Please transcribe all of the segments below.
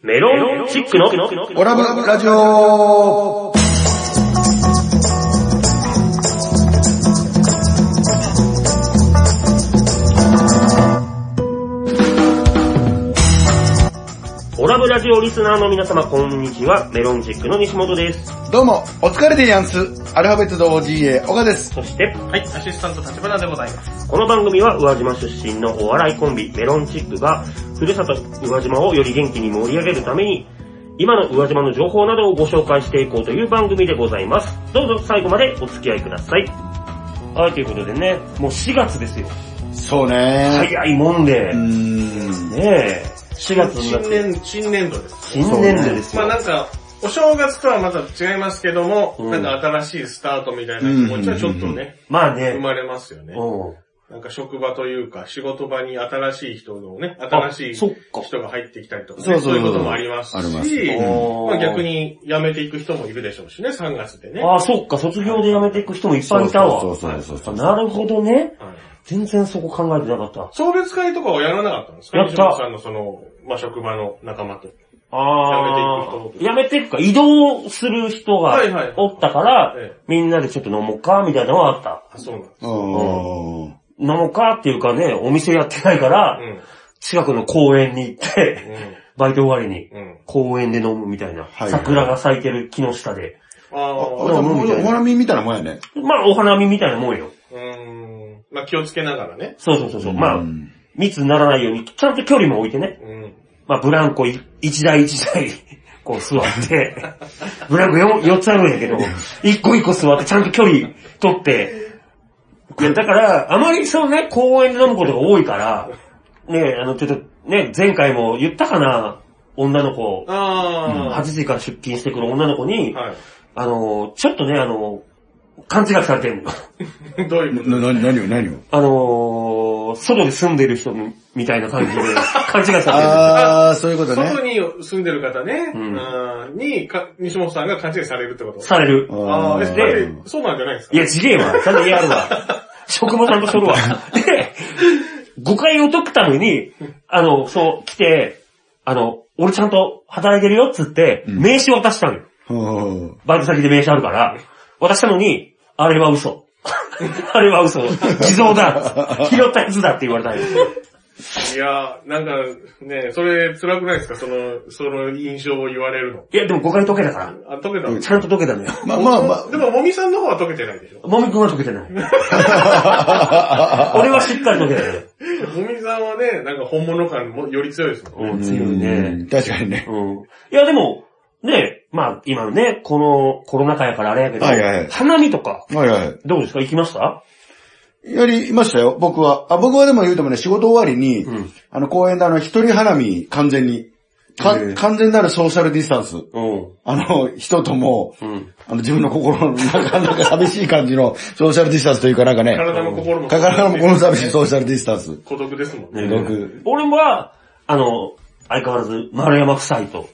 メロンチックのオラブラジオオラブラジオリスナーの皆様こんにちは、メロンチックの西本です。どうも、お疲れでやんす。アルファベットと OGA、岡です。そして、はい、アシスタント立花でございます。この番組は宇和島出身のお笑いコンビ、メロンチックが、ふるさと宇和島をより元気に盛り上げるために、今の宇和島の情報などをご紹介していこうという番組でございます。どうぞ最後までお付き合いください。はい、ということでね、もう4月ですよ。そうね早いもんでうー。ん。ねえ、4月になっ新て、年、新年度です。新年度ですまあよ。なんか、お正月とはまた違いますけども、うんなんか新しいスタートみたいな気持ちはちょっとね、まあ生ね、まれますよね。うん。なんか職場というか、仕事場に新しい人のね、新しいそっ人かが入ってきたりとかね、そうそういうこともありますありますし、うんまあ逆に辞めていく人もいるでしょうしね、3月でね。ああ、そっか、卒業で辞めていく人もいっぱいいたわ。そうそうそうそうそうなるほどね。はい全然そこ考えてなかった。送別会とかはやらなかったんですかやった西本さんのその、まあ職場の仲間と。あ辞めて辞めいく人ていくか、移動する人がはいはいおったからええ、みんなでちょっと飲もうか、みたいなのはあった。あ、そうなんです。おー。飲もうかっていうかね、お店やってないから、近くの公園に行って、バイト終わりにうん。う、ん。うん。公園で飲むみたいな。はい桜が咲いてる木の下で。ああお花見みたいなもんやね。まあ、お花見みたいなもんよ。うーん。まあ気をつけながらね。そうそうそうそう。まあう、ん密にならないように、ちゃんと距離も置いてね。うん。まあ、ブランコい一台一台、 こう座って、 ブランコよ4つあるんやけど、一個一個座ってちゃんと距離取って、いや、だから、あまりそのね、公園で飲むことが多いから、ね、あの、ちょっと、ね、前回も言ったかな、女の子、8あ時から出勤してくる女の子あ。に、はあの、ちょっとね、あの、勘違いされてんの。い。 どういうこな、な、何を、何を。あのー、外で住んでる人みみたいな感じで、勘違いされてる。あー、そういうこととね。外に住んでる方ね、うんあーにか、西本さんが勘違いされるってことされる。ああ、え、ーだってそうなんじゃないですかいや、ちげえわ。ちゃんと言いやるわ。職場ちゃんとしとるわ。で、誤解を解くために、あの、そう、来て、あの、俺ちゃんと働いてるよっつって、うん名刺渡したのよ。おーバイト先で名刺あるから、渡したのに、あれは嘘。あれは嘘。偽造だ。拾ったやつだって言われたんですよ。いやー、なんかね、それ辛くないですかその、その印象を言われるの。いや、でも誤解解けたから。あ、解けた、ちゃんと解けたのよ。まあまあまあでも、もみさんの方は解けてないでしょもみくんは解けてない。俺はしっかり解けたのよ。もみさんはね、なんか本物感もより強いですもんね。うん、強いね。うん確かにね。うん。いや、でも、ね、まあ、今のね、このコロナ禍やからあれやけど、はいはいはい花見とか、はいはい。どうですか行きましたやりましたよ、僕は。あ、僕はでも言うてもね、仕事終わりに、うんあの、公園であの、一人花見、完全に。かへー完全なるソーシャルディスタンス。うん。あの、人とも、うん。あの、自分の心の中、なんか寂しい感じのソーシャルディスタンスというかなんかね、体も心も。かからもこの寂しいソーシャルディスタンス。孤独ですもんね。ね僕俺は、あの、相変わらず、丸山夫妻と、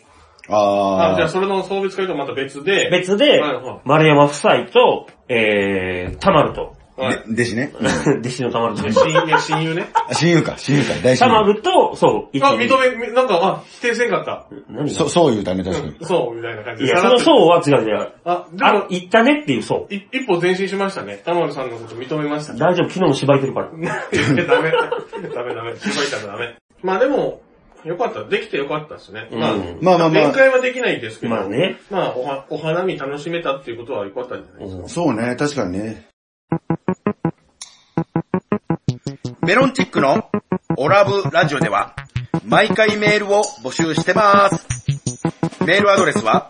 ああ、ー。じゃあそれの送別会とまた別で。別ではいはい、丸山夫妻と、えー、たまると、はいで、弟子ね。 弟子のたまるとね、親友、親友ね。あ親友か、親友か、大たま親友。ると、そう、一あ、認め、なんか、あ、否定せんかった。何そがう、そう言うたね、確かに。そう、みたいな感じいで。や、そのう。そうは違うね。あ、であも、、行ったねっていうそう。い一歩前進しましたね。田丸さんのこと認めましたね。大丈夫、昨日も芝居てるから。い やダメ。ダメダメ。芝居たらダメ。まあでも、よかった。できてよかったですね。まあ、うんまあまあまあ面会はできないですけど。まあ。ね。まあ、おはお花見楽しめたっていうことはよかったんじゃないですか。そうね、確かにね。メロンチックのオラブラジオでは毎回メールを募集してます。メールアドレスは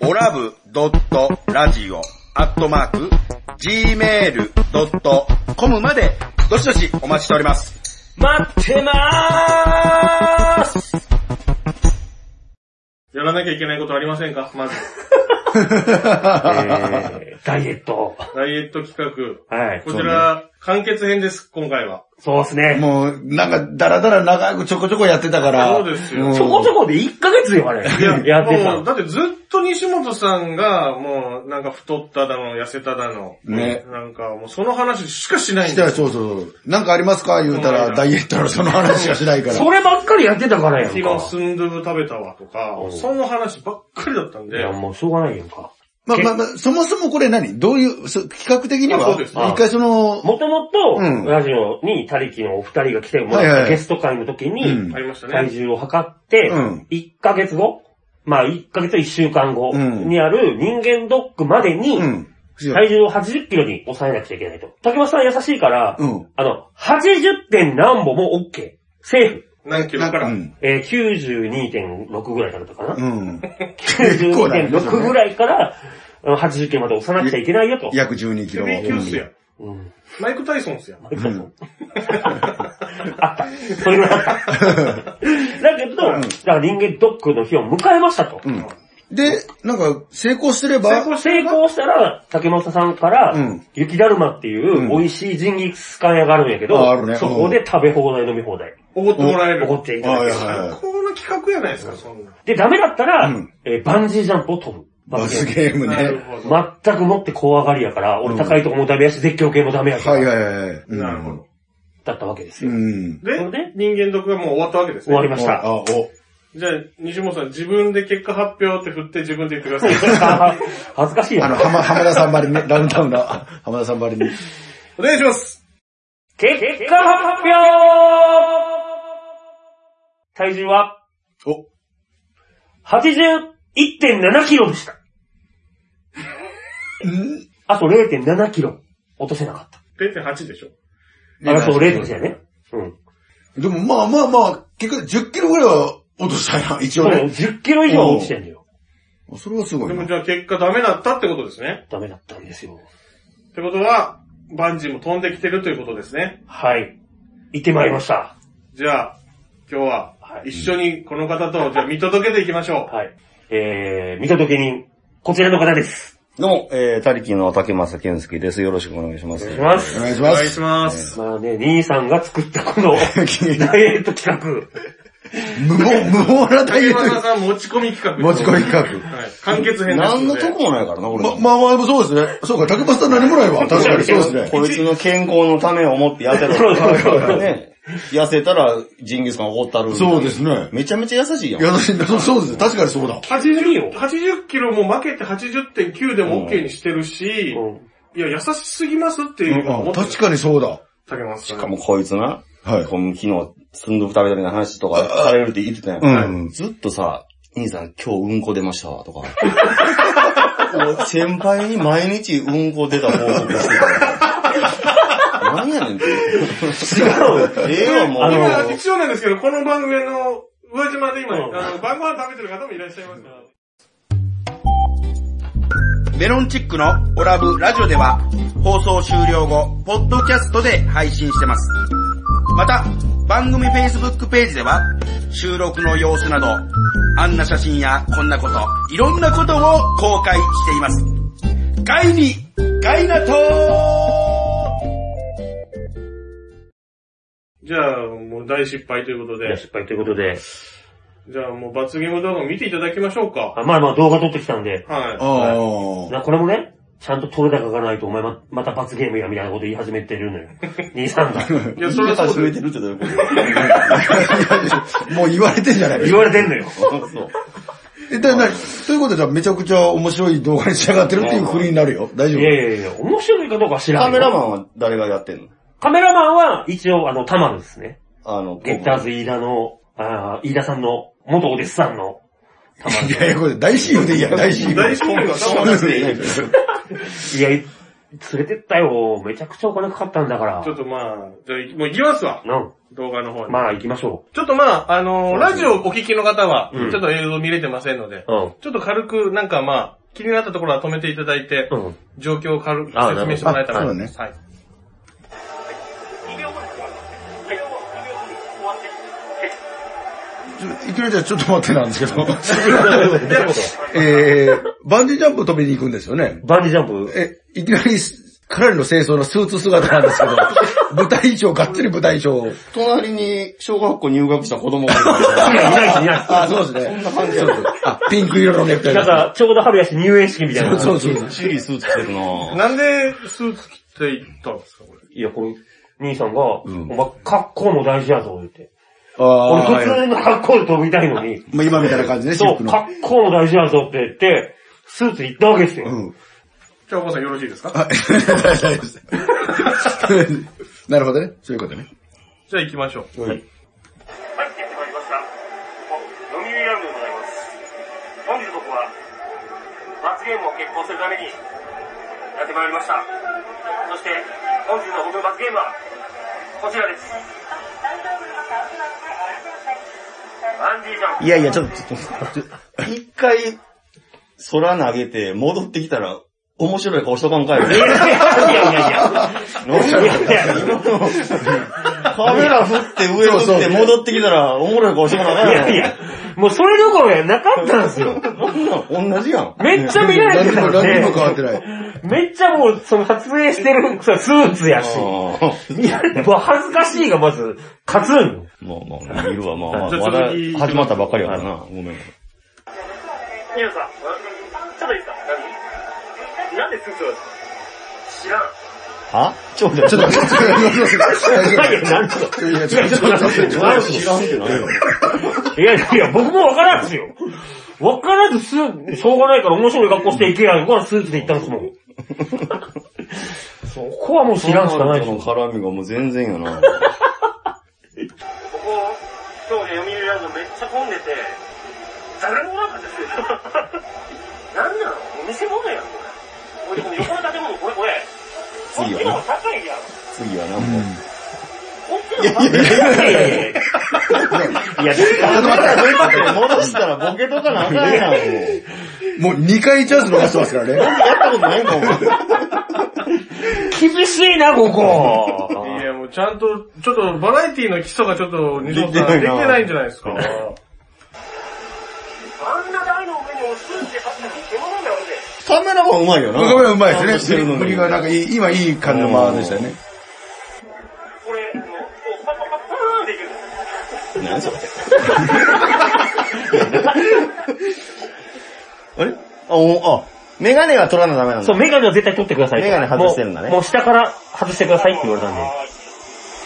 オラブドットラジオアットマーク gmail.com までどしどしお待ちしております。待ってまーすやらなきゃいけないことありませんかまず。えーダイエット。ダイエット企はい画。。こちら、完結編です、今回は。そうですね。もう、なんか、だらだら長くちょこちょこやってたから。そうですよんちょこちょこで1ヶ月よ、あれ。いや、 やってもう、た。だってずっと西本さんが、もう、なんか太っただの、痩せただの。ねなんか、もうその話しかしないしんでたらすよ。そうそうそう。なんかありますか言うたこら、の間ダイエットのその話しかしないから。そればっかりやってたからやん昨日か。スンドゥブ食べたわとかう、んその話ばっかりだったんいでや、、もうしょうがないやんか。まあまあまあ、そもそもこれ何どういう、そ企画的にあはそう、です一回その、もともとうん、ラジオに、他力のお二人が来てもはいらはっいたゲスト会の時うんに、ありました体ね。重を測ってうん、 1ヶ月後、まあ1ヶ月と1週間後うんにある人間ドックまでにう、ん。体重を80キロに抑えなくちゃいけないと。竹松さん優しいから、うん。あの、80点何歩も OK。セーフ。何キロから。ううんん。えー、92.6ぐらいからだったかな。 うん。構だね92.6ぐらいから、あの80キロまで押さなくちゃいけないよ と。約12キロ。ヘビー級っすや。うん。マイク・タイソンっすや。そうそう。あった。それぐらいあった。だけど、だから人間ドックの日を迎えましたと。うん。で、なんか、成功すれば、成功成功したら、竹本さんから、うん雪だるまっていううん美味しいジンギスカン屋があるんやけああど、るねそこで食べ放題飲み放題。おごってもらえる。おごっていただはけいる。はいはい。こんな企画やないですか、そんな。で、ダメだったら、うんえーバンジージャンプを飛ぶ。罰ゲームね。なるほど。全くもって怖がりやから、俺うん高いとこもダメやし、絶叫系もダメやし、はいはいはい。うんなるほど。。だったわけですうよ。ん。でそれで、人間毒がもう終わったわけです終わりね。ましおた。あ、お。じゃあ、西本さん、自分で結果発表って振って自分で言ってください。 恥ずかしいあやの、ん。浜、浜田さんばりに、 ダウンタウンの浜田さんばりに。お願いします結果発表体重はお、 81.7キロでした。あと0.7キロ落とせなかっ !0.8 でしょた。あと0.8だよね。うん。でもまあまあまあ、結局10キロぐらいは落としたな、一そう応だよね。 10キロ以上落ちてんだよ。それはすごでいもな。じゃあ結果ダメだったってことですね。ダメだったんですよ。ってことは、バンジーも飛んできてるということですね。はい。行ってまいりました。じゃあ、今日はは、い一緒にこの方と、じゃあ見届けていきましょう。はい。えー、見届け人、こちらの方です。どうも、えー、他力の竹正健介です。よろしくお願いしまおす。願いしまおす。願いしおま願いしす。ます。まあね、兄さんが作ったこの ダイエット企画。無謀、無謀なダイエ竹ッ正ト。さん持ち込み企画。持ち込み企はい。完結編です。何のとこもないからな、俺。画。ま、まあまあ、そうですね。そうか、竹橋さん何もないわ。確かにそうですね。こいつの健康のためを思ってやって る。 そうそうそうね。痩せたらジンギスカンおごったる。そうです。ね。めちゃめちゃ優しいやん。いや、私そうそうですね。確かにそうだ。 80, 80キロも負けて80.9でも OK にしてるし、うんいや、優しすぎますっていうのは思あってる確かにそうだ。竹松さしん。かもこいつな、はい。この昨日、スンドゥブ食べたみたいな話と かされるって言ってたやん。うんずっとさ、兄さん今日うんこ出ましたわ、 とか。もう先輩に毎日うんこ出た報告してたから。何やねんって。違う。ええわ、もう。あの今、一応なんですけど、この番組の、宇和島で今、うんあの、晩ご飯食べてる方もいらっしゃいますから。メロンチックのオラブラジオでは放送終了後、ポッドキャストで配信してます。また、番組 Facebook ページでは収録の様子など、あんな写真やこんなこと、いろんなことを公開しています。ガイに、ガイナトーじゃあ、もう大失敗ということで、失敗ということで。じゃあもう罰ゲーム動画見ていただきましょうか。あまあまあ動画撮ってきたんで、はあなこれもね、ちゃんと撮れ高がないとお前ままた罰ゲームやみたいなこと言い始めてるのよ。兄さんが。い。いや、それはそう増えでてす。るってどういうこあ。もう言われてんじゃない言われてんのよ。と そう。え、だ、なに、ということでじゃあめちゃくちゃ面白い動画に仕上がってるっていうふうになるよ。大い丈や夫いやいや、面白いかどうかは知らなカい。メラマンは誰がやってんのカメラマンは一応あの、タマルですね。あの、ゲッターズ飯田の、あー飯田さんの、元お弟子さんの、たまいやいや、これ大親友でいいや、大親友。大失敗は多分ズ。いや、連れてったよ。めちゃくちゃお金かかったんだからちょ。っとまあ、じゃあ、もう行きますわ。なん。動画の方に。まあ行きましょちょっとまあ、あのーラジオお聞きの方は、うんちょっと映像見れてませんので、う。うん。ちょっと軽く、なんかまあ、気になったところは止めていただいて、うん。 状況を軽くあなるほ説ど明してもらえたら。あそうだねはい。いきなりじゃあちょっと待ってなんですけど。どういうことえー、バンジージャンプ飛びに行くんですよね。バンジージャンプえ、いきなり、かなりの清掃のスーツ姿なんですけ ど、舞台衣装、がっつり舞台衣装。隣に小学校入学した子供がいるんですよいや、いないし、いないあ、そうですね。そんな感じあ、ピンク色のネクタイし。なんか、ちょうど春やし入園式みたいな。そうそうそう。シリスーツ着てるななんでスーツ着ていったんですか、これ。いや、これ、兄さんが、お前、格好も大事やぞ、言って。俺、あ突ーはい然の格好で飛びたいのに、まあ今みたいな感じね、シそッう、クの。格好も大事やぞって言って、スーツ行ったわけですよ。うん。じゃあお母さんよろしいですかあ大丈夫です なるほどね。そういうことね。じゃあ行きましょう。入ってまいりました。飲み売りランドでございます。本日僕は、罰ゲームを決行するために、やってまいりました。そして、本日の僕の罰ゲームは、こちらです。バンジージャンプ。いやいや、ちょっと、ちょっと、一回、空投げて戻ってきたら、面白い顔しとかんかい。いやいやいやいや。なんやカメラ振って上振って戻ってきたら、おもろい顔してもらわいないやいや、もうそれどころやなかったんですよ。同じやん。めっちゃ見られ何てにたもん何にも変わってで、ない。めっちゃもう、その撮影してる、そうスーツやし。いや、もう恥ずかしいがまず、勝つんよ。まあまあ、見るわ、まあまあ、じゃあまだ続き始まったばっかりやからな。ごめん。皆さん、ちょっといいですか何なんでスーツを知らん。はちょっと、ちょっと、いやいや、なんと。いや、ちょっと、ちょっと、ちょっと、知らんってないよ。いやいや、僕もわからんすよ。わからずす、しょうがないから面白い格好していけやんからスーツで行ったんですもん。そこはもう知らんしかないでそしのょ。絡みがもう全然やな。ここ、今日読売ラジオめっちゃ混んでて、誰もおらんかったですよ。なんなのお店物やん、これ。これ、横の建物、これ、これ。こっ次ちのは方が高いやん。次はな、もう。こっちの方が高い。いやいやいや。いや、戻したらボケとかなあかんやん、もう。もう2回チャンス逃してますからね。やったことないんか、お前。厳しいな、ここ。いや、もうちゃんと、ちょっとバラエティの基礎がちょっと、西本さんででききててないなないんじゃないです か。あんな台の上におスーツで走って獣なんだよ、俺。カメラマンうまいよな。ごめん、うまいですちゃんとしてるね。のに無理がなんかいい、今いい感じの間でしたよね。これ、もう、こうパッパッパッパーンっていくの。何それ。あれあ、お、あ、メガネは取らなダメなんそだ。う、メガネは絶対取ってくださいと。メガネ外してるんだねもうもう下から外してくださいって言われたんで。はーい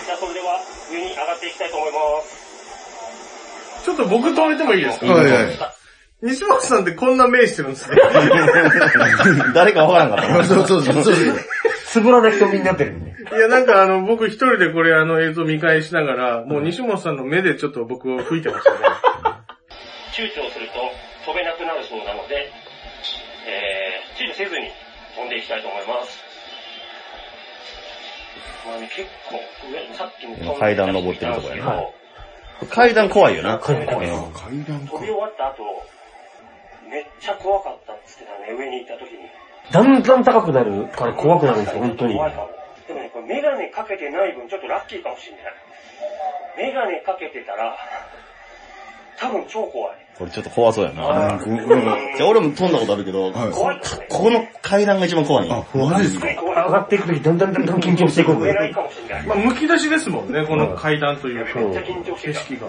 じゃあ、それでは、上に上がっていきたいと思います。ちょっと僕止めてもいい ですかはいはい。西本さんってこんな目してるんですね。誰かわからんかったな。そうそうそう。そうそうつぶらな瞳になってるんで。いや、なんかあの、僕一人でこれあの映像見返しながら、もう西本さんの目でちょっと僕を吹いてました ね。躊躇すると飛べなくなるそうなので、えー、躊躇せずに飛んでいきたいと思います。まあね、結構上、さっきも飛んできた人階段登ってるとこやなはい階段怖いよな。階段怖いうん飛び終わった後、めっちゃ怖かったっつってたね、上に行った時に。だんだん高くなるから怖くなるんですよ、本当に。怖いかも。でもね、これメガネかけてない分ちょっとラッキーかもしれない。メガネかけてたら、多分超怖い。これちょっと怖そうやな。じゃあ俺も飛んだことあるけど、はいこ怖いですね。この階段が一番怖いんやあ、マジですかすごい怖い。上がっていくとき、だんだんだんだん緊張していくん飛べなでい。かもしれない。まあ、むき出しですもんね、この階段というかめっちゃ緊張して景た。色が。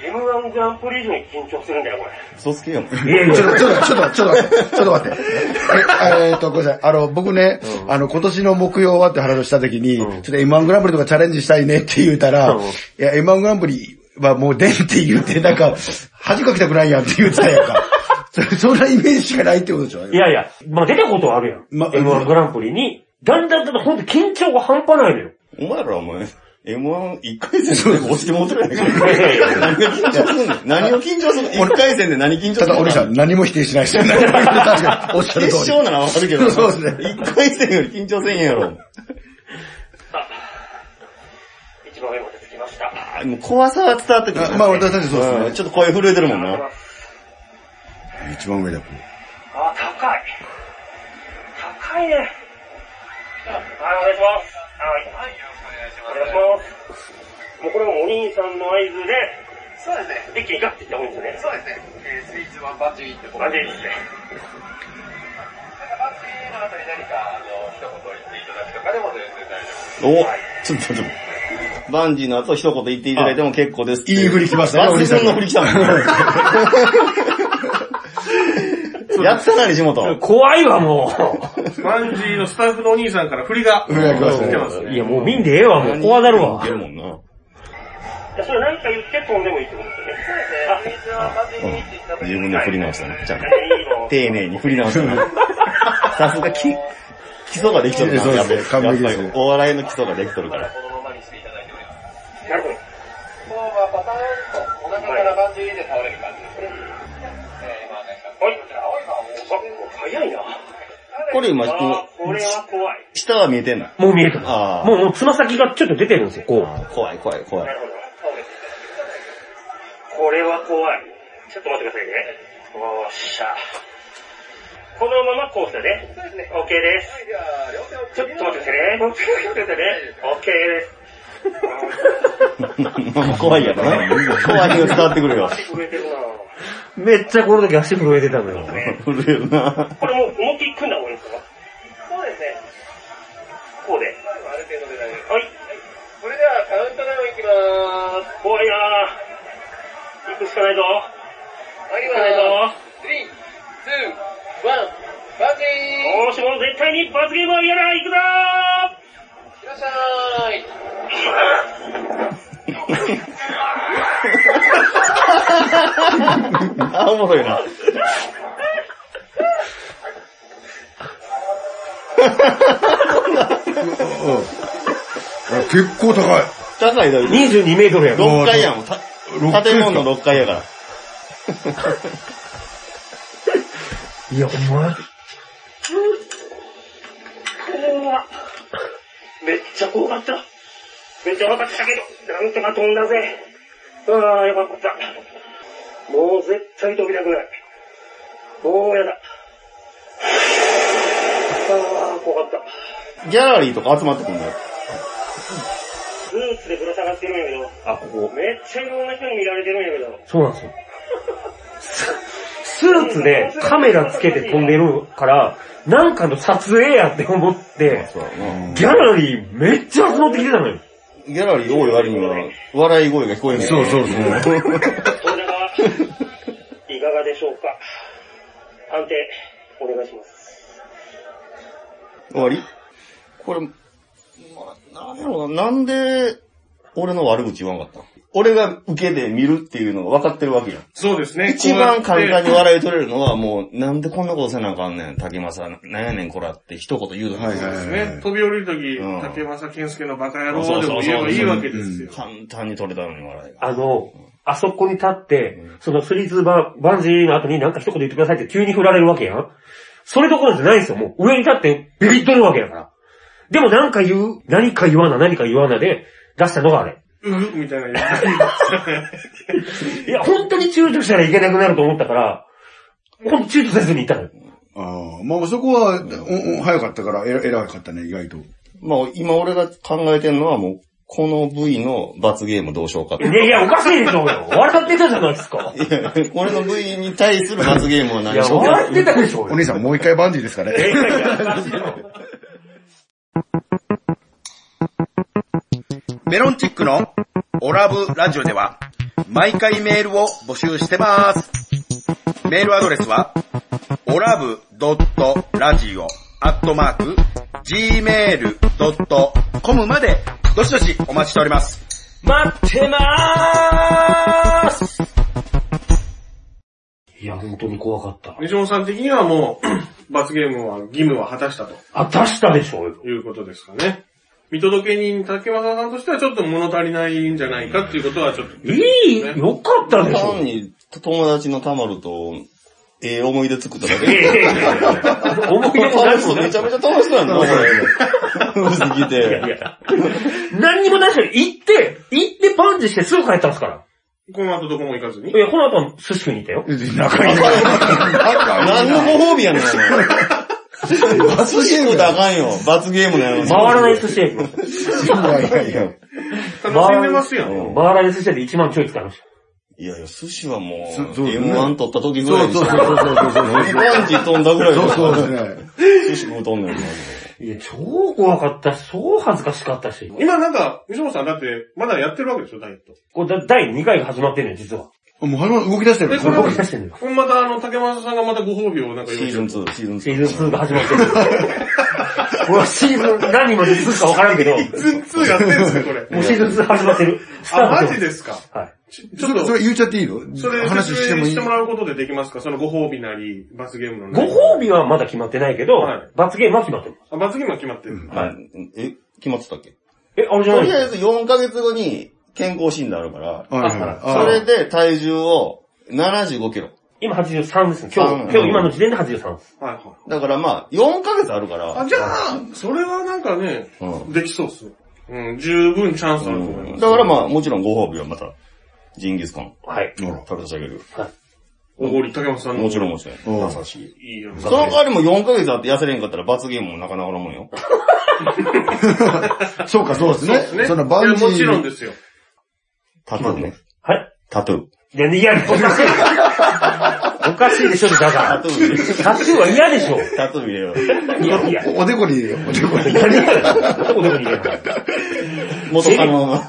M1 グランプリ以上に緊張するんだよ、これ。嘘つけよ。いやいや、ちょっと、ちょっと、ちょっと、ちょっと待って。ちょっと待って。え、えーっと、ごめんなさい。あの、僕ね、あの、今年の目標はって話をしたときに、ちょっと M1 グランプリとかチャレンジしたいねって言うたら、うんいや、M1 グランプリはもう出んって言って、なんか、恥かきたくないやんって言ってたやんか。そそんなイメージしかないってことでしょいやいや、まあ出たことはあるやん。ま M1 グランプリに、だんだんだんだんほんと緊張が半端ないのよ。お前らお前、M1 一回戦で落ちてもうてるやんか。いやいやいや何が緊張するの何を緊張す るの一回戦で何緊張すたるのだ、お兄さん、何も否定しないですよね。確かに、おっしゃる通決り。勝ならわかるけど。そうですね一回戦より緊張せんやろ。さあ、一番上まで着きました。あもう怖さは伝わってくる。あまあ私たちそうですねんちょっと声震えてるもんな。一番上だ、こあ、高い。高いね。はい、お願いします。はい。お願いします。もうこれもお兄さんの合図で、そうですね。一気にガッていった方がいいんですよね。そうですね。えー、スイッチワンバッチリってバッチリですね。そのあたり何か、あの、一言言っていただくとかでも全然大丈夫です。おちょっと待って。バンジーの後一言言っていただいても結構ですって。いい振り来ましたね、抜群の振り来たもん。やったなに、地元。怖いわ、もバンジーのスタッフのお兄さんから振りが。振りが来ましたね来てますう。ね。いや、もう見んでええわ、もう怖なるわい。けるもんな。じゃあそれ何か言って飛んでもいいってことですよね。そうですね。あ、うん自分で振り直したね。ちゃんと。いいの。丁寧に振り直したね。さすがき、基礎ができとるな。そうですねやっぱり完璧ですねやっぱりお笑いの基礎ができとるから。このままにしていただいております。なるほど。こうはパターンとお腹からバンジーで倒れる感じですね。えー今ねはい。あ、早いな。これ今こうあこれは怖い。下は見えてんの。もう見えた。あーもう、もうつま先がちょっと出てるんですよ、こう。怖い怖い怖。な いるほど。これは怖い。ちょっと待ってくださいね。おっしゃ。このままこうしてね。OK です。ちょっと待ってくださいね。ちょっと待ってくださいね。OK です。怖いやろな。怖いが伝わってくる よ。足震えてるなぁ。めっちゃこの時足震えてたんだよ。震えるな。これもう思いっきり組んだ方がいいんですかそうですね。こうで。ある程度で大丈夫。はい。それではカウントダウンいきまーす。怖いなぁ。行くしかないぞ。はい、行行くしかないきまーぞ。す。3、2、1、バンジーもしも絶対に罰ゲームは嫌だ行くぞいらっしゃーい。あ、おもろいな。あ結構高い。高いだろ。 22メートルやろ。 6階やもん。た建物の6階やから。いや、お前。怖っめっちゃ怖かった。めっちゃ怖かったけど、なんとか飛んだぜ。ああ、よかった。もう絶対飛びたくない。もうやだ。ああ、怖かった。ギャラリーとか集まってくるんだよ。ブーツでぶら下がってるんやけあ、ここど、。めっちゃいろんな人に見られてるんやけど。そうなんですよ。ススーツでカメラつけて飛んでるから、なんかの撮影やって思って、そうやなギャラリーめっちゃ集まってきてたのよ。ギャラリー多い割には、笑い声が聞こえない。そうそうそうそれでは、いかがでしょうか。判定、お願いします。終わりこれ、まあ、なんやろうな、なんで、俺の悪口言わんかったん俺が受けで見るっていうのが分かってるわけやん。そうですね。一番簡単に。に笑い取れるのはもう、なんでこんなことせなあかんねん、竹正、なんやねんこらって一言言うのはいはいはいね、飛び降りるとき、うん竹正健介のバカ野そ郎うでそもうそう言えばいいわけですよ。簡単に取れたのに笑いが。あの、あそこに立って、そのスリーズババンジーの後になんか一言言ってくださいって急に振られるわけやん。それどころじゃないんですよ、もう。上に立ってビビっとるわけやから。でもなんか言う、何か言わな、何か言わなで、出したのがあれ。ううみたいな言いや、本当に躊躇したらいけなくなると思ったから、本当躊躇せずにいたのよ。ああ、まあそこは、おお早かったから、えら偉かったね、意外と。まあ、今俺が考えてるのはもう、この部位の罰ゲームどうしようかって。いやいや、おかしいでしょうよ。笑ってたじゃないですか。いや 俺の部位に対する罰ゲームはい何や、しようか笑ってたでしょうおよ。兄さんもう一回バンジーですかね。いやいやおかしいよメロンチックのオラブラジオでは毎回メールを募集してます。メールアドレスは、オラブドットラジオアットマーク gmail.com までどしどしお待ちしております。待ってまーすいや、本当に怖かったう。。西本さん的にはもう、 罰ゲームは義務は果たしたとあ、出したでしょうよ。いうことですかね。見届け人、竹正さんとしてはちょっと物足りないんじゃないかっていうことはちょっと。いい、よかったでしょ単。に友達のたまると、ええ思い出作っただいやいけ。やいやいや思い出もなしそうめちゃめちゃ楽しそうやんな、それ。薄すぎいやいて。や。何にもなしで、行って、行ってパンチしてすぐ帰ったんですから。この後どこも行かずにい。や、この後、寿司食いに行ったよ。仲いいな。何のご褒美やねん、お前。罰ゲームだあかんよ。罰ゲームだよ。回らない寿司屋行きました。いやいやいや。楽しんでますやん。回らない寿司屋で1万ちょい使いました。いやいや、寿司はもう、そうそうね M1 取った時ぐらそい。うそうそうそうそうそうそう。飛びバンジー飛んだぐらいそうだそうですね。寿司食うとんねんな。いや、超怖かったし、超恥ずかしかったし。今なんか、吉本さんだって、まだやってるわけでしょ、ダイエット。これだ第2回が始まってんねん、実は。もう始まる動き出してる。えこれは動き出してんのよ。これまたあの、竹正さんがまたご褒美をなんかシ用意ーしズてン2、シーズン2。シーズン2が始まってんのよ。これはシーズン何にも実数かわからんけど、もシーズン2やってるんですね、これ。うシーズン2始まってる。スタートあ、しマてるジですか。はい。ちちちょょっっと、そと、れ言っちゃっていいのそれ話して説も明いしいてもらうことでできますかそのご褒美なり、罰ゲームのなごり。褒美はまだ決まってないけど、はい罰ゲームは決まってる。あ、罰ゲームは決まってる。はい。え、決まってたっけえ、あれじゃとないりのあえず4ヶ月後に健康診断あるから、はいはいはいそれで体重を75キロ。今83ですね。今日、うん今日今の時点で83です。はいはい。だからまあ、4ヶ月あるかあ、ら、じゃあ、それはなんかね、うできそうっすよ。うん、十分チャンスあると思います。だからまあ、もちろんご褒美はまた、ジンギスカンはい。食べさせてあげるよ。おごり、竹本さんの。もちろんもちろうんん。優しい。いいよ。その代わりも4ヶ月あって痩せれんかったら罰ゲームもなかなかのもんよ。そうか、そうですそうですね。ね。そのバンジいやもちろんー。ですよ。タトゥーね。はい。タトゥー。いや、いや、おかしい。 おかしいでしょ、だかタら。トゥー入れよタトゥーは嫌でしょ。う。タトゥー入れよいや、いや。おおでこに入れよう、おでこに。何やどこどこに入れるのう。 元カ ノの、元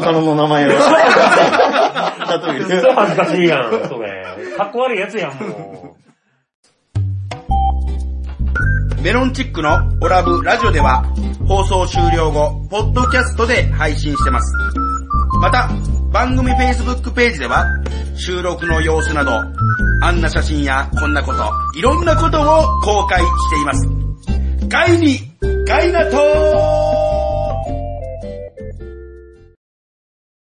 カノの名前を。タトゥー入れ超よ恥ずかしいやん、それ。かっこ悪いやつやん、もう。メロンチックのオラブラジオでは、放送終了後、ポッドキャストで配信してます。また、番組 Facebook ページでは、収録の様子など、あんな写真やこんなこと、いろんなことを公開しています。ガイに、ガイナトー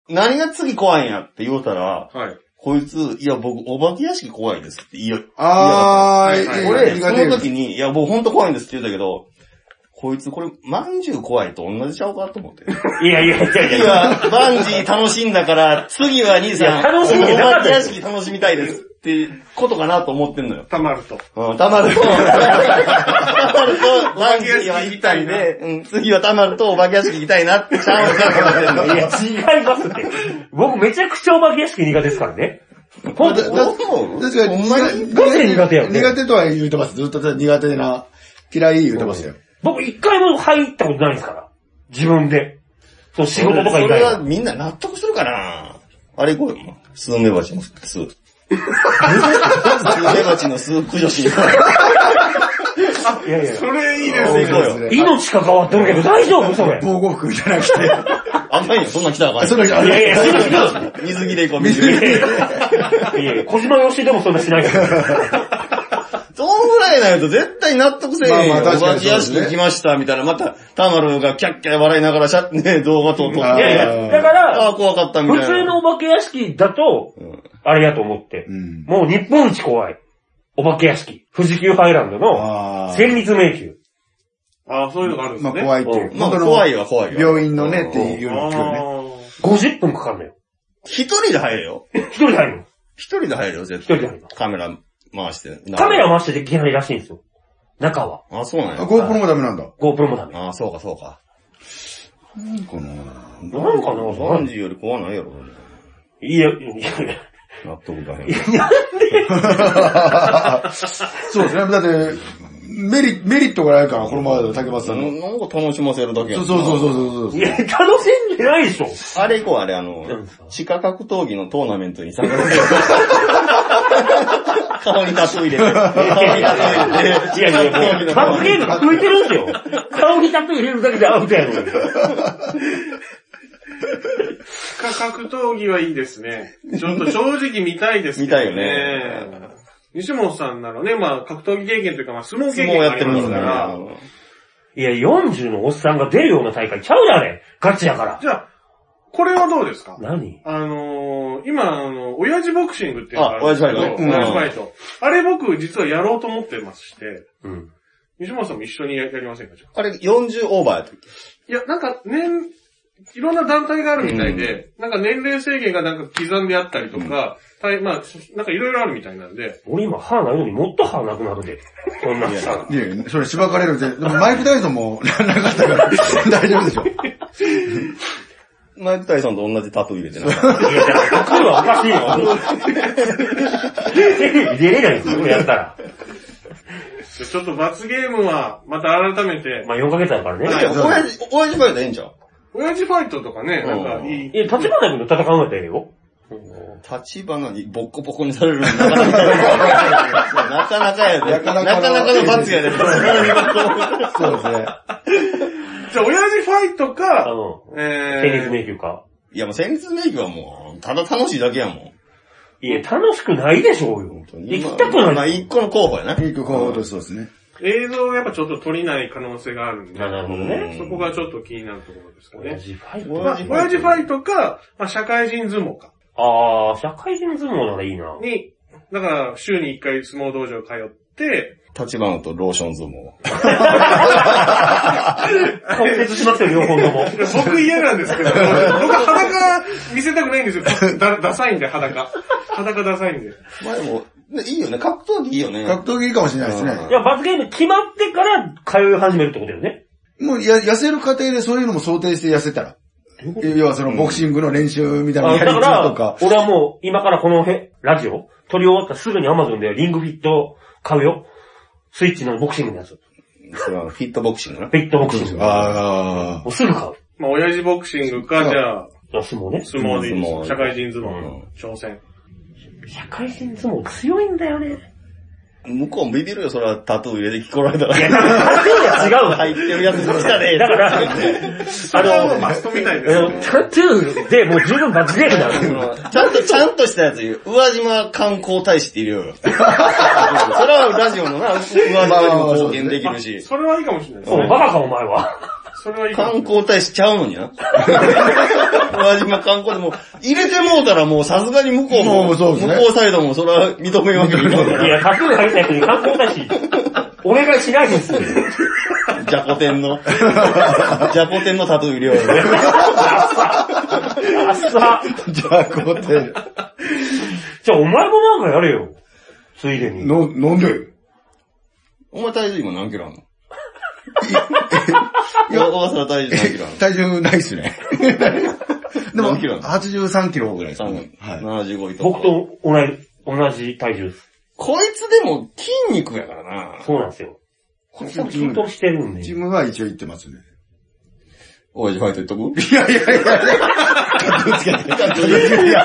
何が次怖いんやって言うたら、はい。こいつ、いや僕、お化け屋敷怖いですって言いよ。あいやー、俺、苦そ手の時に、いや、僕ほんと怖いんですって言ったけど、こいつこれ、まんじゅう怖いと同じちゃうかと思って。う。いやいやいやいや次いや。は、バンジー楽しんだから、次は兄さん、いや楽しんでなかおっ化たけよ屋敷楽しみたいですってことかなと思ってんのよ。たまると。うん、たまると、たまると、バンジーは行きたいで、うん、次はたまるとお化け屋敷行きたいなってちゃうんかと思っていや、んの違いますって。僕めちゃくちゃお化け屋敷苦手ですからね。ほんと、だってもう確かほに、んまにガチで苦手やんね苦手とは言うてます。ずっと苦手な、嫌い言うてますよ。僕一回も入ったことないですから。自分で。そう、仕事とか以それは外に。みんな納得するかなあれ行こうよ。スズメバ チの巣。スズメバチの巣駆除しよう。いやいや。それいいでそすう行こね。うよ。命か変わってるけど大丈夫それ。防護服じゃなくて、あんまりよ、そんなん来たらあかんよその人、あいやいや、れ、するする。水着で行こう、水着で。いやいや、小島よしでもそんなしないから。どんぐらいなんやと絶対納得せえへんよ。まあまあ確かにお化け屋敷行きました、みたいな。また、タマルがキャッキャ笑いながらシャッ、ね、動画撮っとっいて。やいや、だかああ、ら、怖かった、みたい普な。通のお化け屋敷だと、あれやと思ってう。ん。もう日本一怖い。お化け屋敷。富士急ハイランドの、あー戦慄迷ああ、そういうのがあるんですまね。あ怖いっていう。まあ本当の怖いは怖いよ。病院のね、っていうように聞くよね。あー宮。50分かかんのよ。一人で入れよ。一人で入るの。一人で入れよ、絶一対人で入る。カメラ回して。カメラ回してできないらしいんですよ。中は。あ、そうなんあ、や。 GoPro もダメなんだ。 GoPro もダメ。ああ、そうか、そうか。なんかなバンジーより怖ないやろ。いや、いやいや。納得だね。そうですね。だって、メリ、メリットがないから、この前の竹松さんの。なんか楽しませるだけやそうんなそうそうそうそ。いうや、楽しんでないでしょ。あれ行こう、あれ、あの何ですか、地下格闘技のトーナメントに参加する。顔にタトゥー入れて。顔にタトゥー入れて。いやいや、もう、罰ゲームが増えてるんですよ。顔にタトゥー入れるだけでアウトやのに。か格闘技はいいですね。ちょっと正直見たいですけど見たいよ。西本さんならね、まあ格闘技経験というか、まあ相撲経もう験がやあってりるんまですすかからら。。いや、40のおっさんが出るような大会ちゃうであれ。ガチやから。じゃあ、これはどうですか何あのー、今、あの、親父ボクシングっていうのがあるんですけど、あ親父ファイト親父ファイト。あれ僕実はやろうと思ってまして、うん。西本さんも一緒にややりませんかじゃああれ、40オーバーやったっいけや、なんか年、いろんな団体があるみたいで、なんか年齢制限がなんか刻んであったりとか、たいまあ、そなんかいろいろあるみたいなんで、俺今歯ないのにもっと歯なくなるで。こんなんしたら。いやいや、それしばか れるって。でもマイク・ダイソンもなかったから、大丈夫でしょ。マイク・タイソンと同じタトゥー入れてない。いや、だから6はおかしいよ。出れないですよ、やったら。でちょっと罰ゲームは、また改めて、まあ4ヶ月だからいやね。親父、親父バイトええんちゃう親父ファイトとかね、なんうかんいい。いや、立花君と戦うのやったらええよ。立花にボッコボコにされるのなかなかなかなかやで。なかなかの罰やで。そうですね。じゃあ、親父ファイトあか、の、えテニスー、迷宮か。いやもう戦術メイクはもう、ただ楽しいだけやもん。いや、楽しくないでしょうよ。行きたくまなあい。一個の候補やな。ピーク候補とそうですね。映像をやっぱちょっと撮りない可能性があるんで、なるほどね。そこがちょっと気になるところですか親ね。父ファイまト。あ、親父ファイトか、まあ、社会人相撲か。あー、社会人相撲ならいいな。に、だから、週に一回相撲道場通って、立花とローション相撲。骨折しますよ、両方とも。いや僕嫌なんですけど、僕裸見せたくないんですよ。だ、ダサいんで、裸。裸ダサいんで。まあでも、ねいいよね。格闘技いいよね。 格闘技いいかもしれないですうんねい。や、罰ゲーム決まってから通い始めるってことだよね。もうや、痩せる過程でそういうのも想定して痩せたら。要はそのボクシングの練習みたいなのあやだかり中とらか、。俺はもう今からこのへラジオ、撮り終わったらすぐに Amazon でリングフィット買うよ。スイッチのボクシングのやつ。それはフィットボクシングな。フィットボクシング。もああ。うすぐ買う。まあ、親父ボクシングか、じゃあ、相撲ね。相撲でいいですうん相撲社会人相撲うんの挑戦。社会人相撲強いんだよね。向こうもビビるよ、それはタトゥー入れて来られたら。違うわ。入ってるやつ来たね。だ から、あの、あマストみたいですよ。の、タトゥーでもう十分罰ゲームだよ。ちゃんと、ちゃんとしたやつ言う。宇和島観光大使っている よ。それはラジオのな、宇和島にも貢献できるし。それはいいかもしれないですおね。うバカかお前は。それはいいかもしれ観ない。光大使ちゃうのにな。宇和島観光でも、入れてもうたらもうさすがに向こうも、もうそうですね向こうサイドもそれは認めるわけにいかんかい ら。や、タトゥー入った人に観光大使、お願いしないですよ。ジャコテンの。 ジャコテンのタトゥー入れようよ。あっさ。じゃあ、こうやって、じゃあお前もなんかやれよ。ついでに。の、飲んでる。お前体重今何キ ロあんのいや、おばさら体重何キロあんの体重ないっす ね。でも、何キロなの83キロぐらいです多か分ね。はい。 75位とか。僕と同じ、同じ体重です。こいつでも筋肉やからな。そうなんですよ。こっちも筋トレしてるんで。ジムは一応行ってますね。親父ファイト言っとくいやいやいやいや。 いやいやいや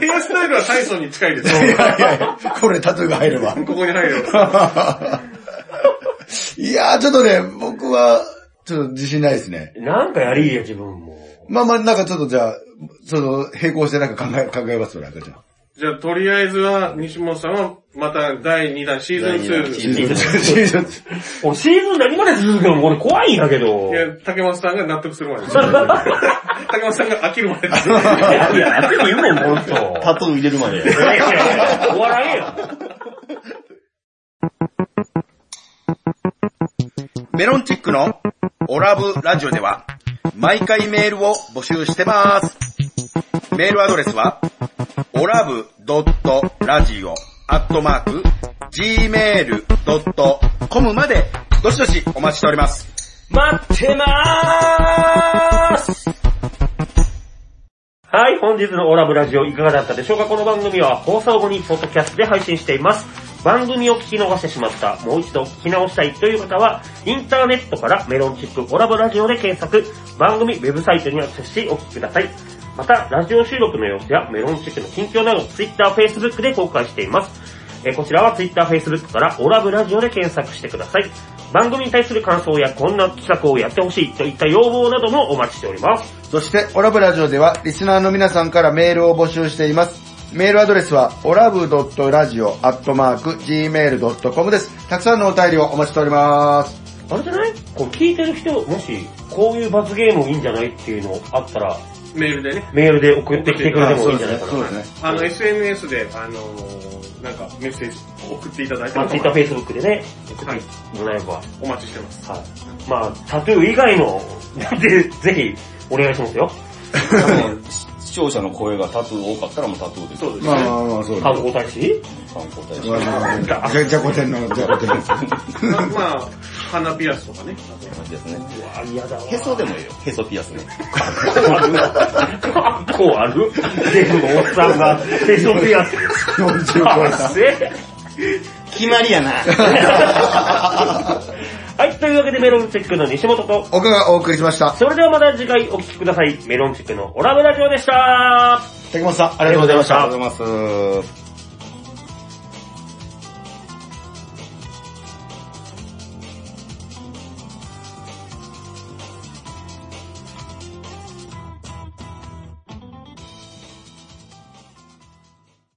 ヘアスタイルはタイソンに近いですよ。いやいやこれタトゥーが入れば。ここに入る。いやー、ちょっとね、僕は、ちょっと自信ないですね。なんかやりいや、自分も。まあまあ、なんかちょっとじゃあ、その、並行してなんか考え、考えますよ、なんかじゃあ。じゃあ、とりあえずは、西本さんは、また第2弾、シーズン第二弾シーズ2。ン 俺シーズン何まで続くのも俺怖いんだけど。いいや、や、竹松さんが納得する まで。竹松さんが飽きるまで。いや、やってもいいもん、ほんと。タトゥー入れるまで。いやいやい やお笑えよ。メロンチックのオラブラジオでは毎回メールを募集してます。メールアドレスは、オラブドットラジオアットマーク gmail.com までどしどしお待ちしております。待ってまーすはい、本日のオラブラジオいかがだったでしょうかこの番組は放送後にポッドキャストで配信しています。番組を聞き逃してしまった、もう一度聞き直したいという方は、インターネットからメロンチックオラブラジオで検索、番組ウェブサイトにアクセスしお聞きください。また、ラジオ収録の様子やメロンチックの近況など、Twitter、Facebook で公開しています。えーこちらは Twitter、Facebook からオラブラジオで検索してください。番組に対する感想やこんな企画をやってほしいといった要望などもお待ちしております。そして、オラブラジオでは、リスナーの皆さんからメールを募集しています。メールアドレスは、オラブドットラジオアットマーク、gmail.com です。たくさんのお便りをお待ちしております。あれじゃないこれ聞いてる人、もし、こういう罰ゲームいいんじゃないっていうのあったら、メールでね。メールで送ってきてくれてもいいんじゃないかそうな。ですね。あの、SNS で、あのー、なんかメッセージ送っていただいてまあ、も Twitter、Facebook でね、送はい、ってもらえば。はい。お待ちして ます。まあ、タトゥー以外の、 で、ぜひ、お願いしますよ。でも 視聴者の声がタトゥー多かったらもうタトゥーで。そうですまあね。まあまあ、そう です観。光大使観光大使。まあまあまあじゃ、じゃこてんの、じゃこてんの。まあ、まあ鼻ピアスとかね。ですね。あ、嫌だわ。へそでもいいよ。へそピアスね。 こうあるでも、おっさんが、ヘソピアス。 40超えた。せ決まりやな。 はい、というわけでメロンチェックの西本と、僕がお送りしました。それではまた次回お聞きください。メロンチェックのオラブラジオでした竹本さん、ありがとうございましたありがとうございます。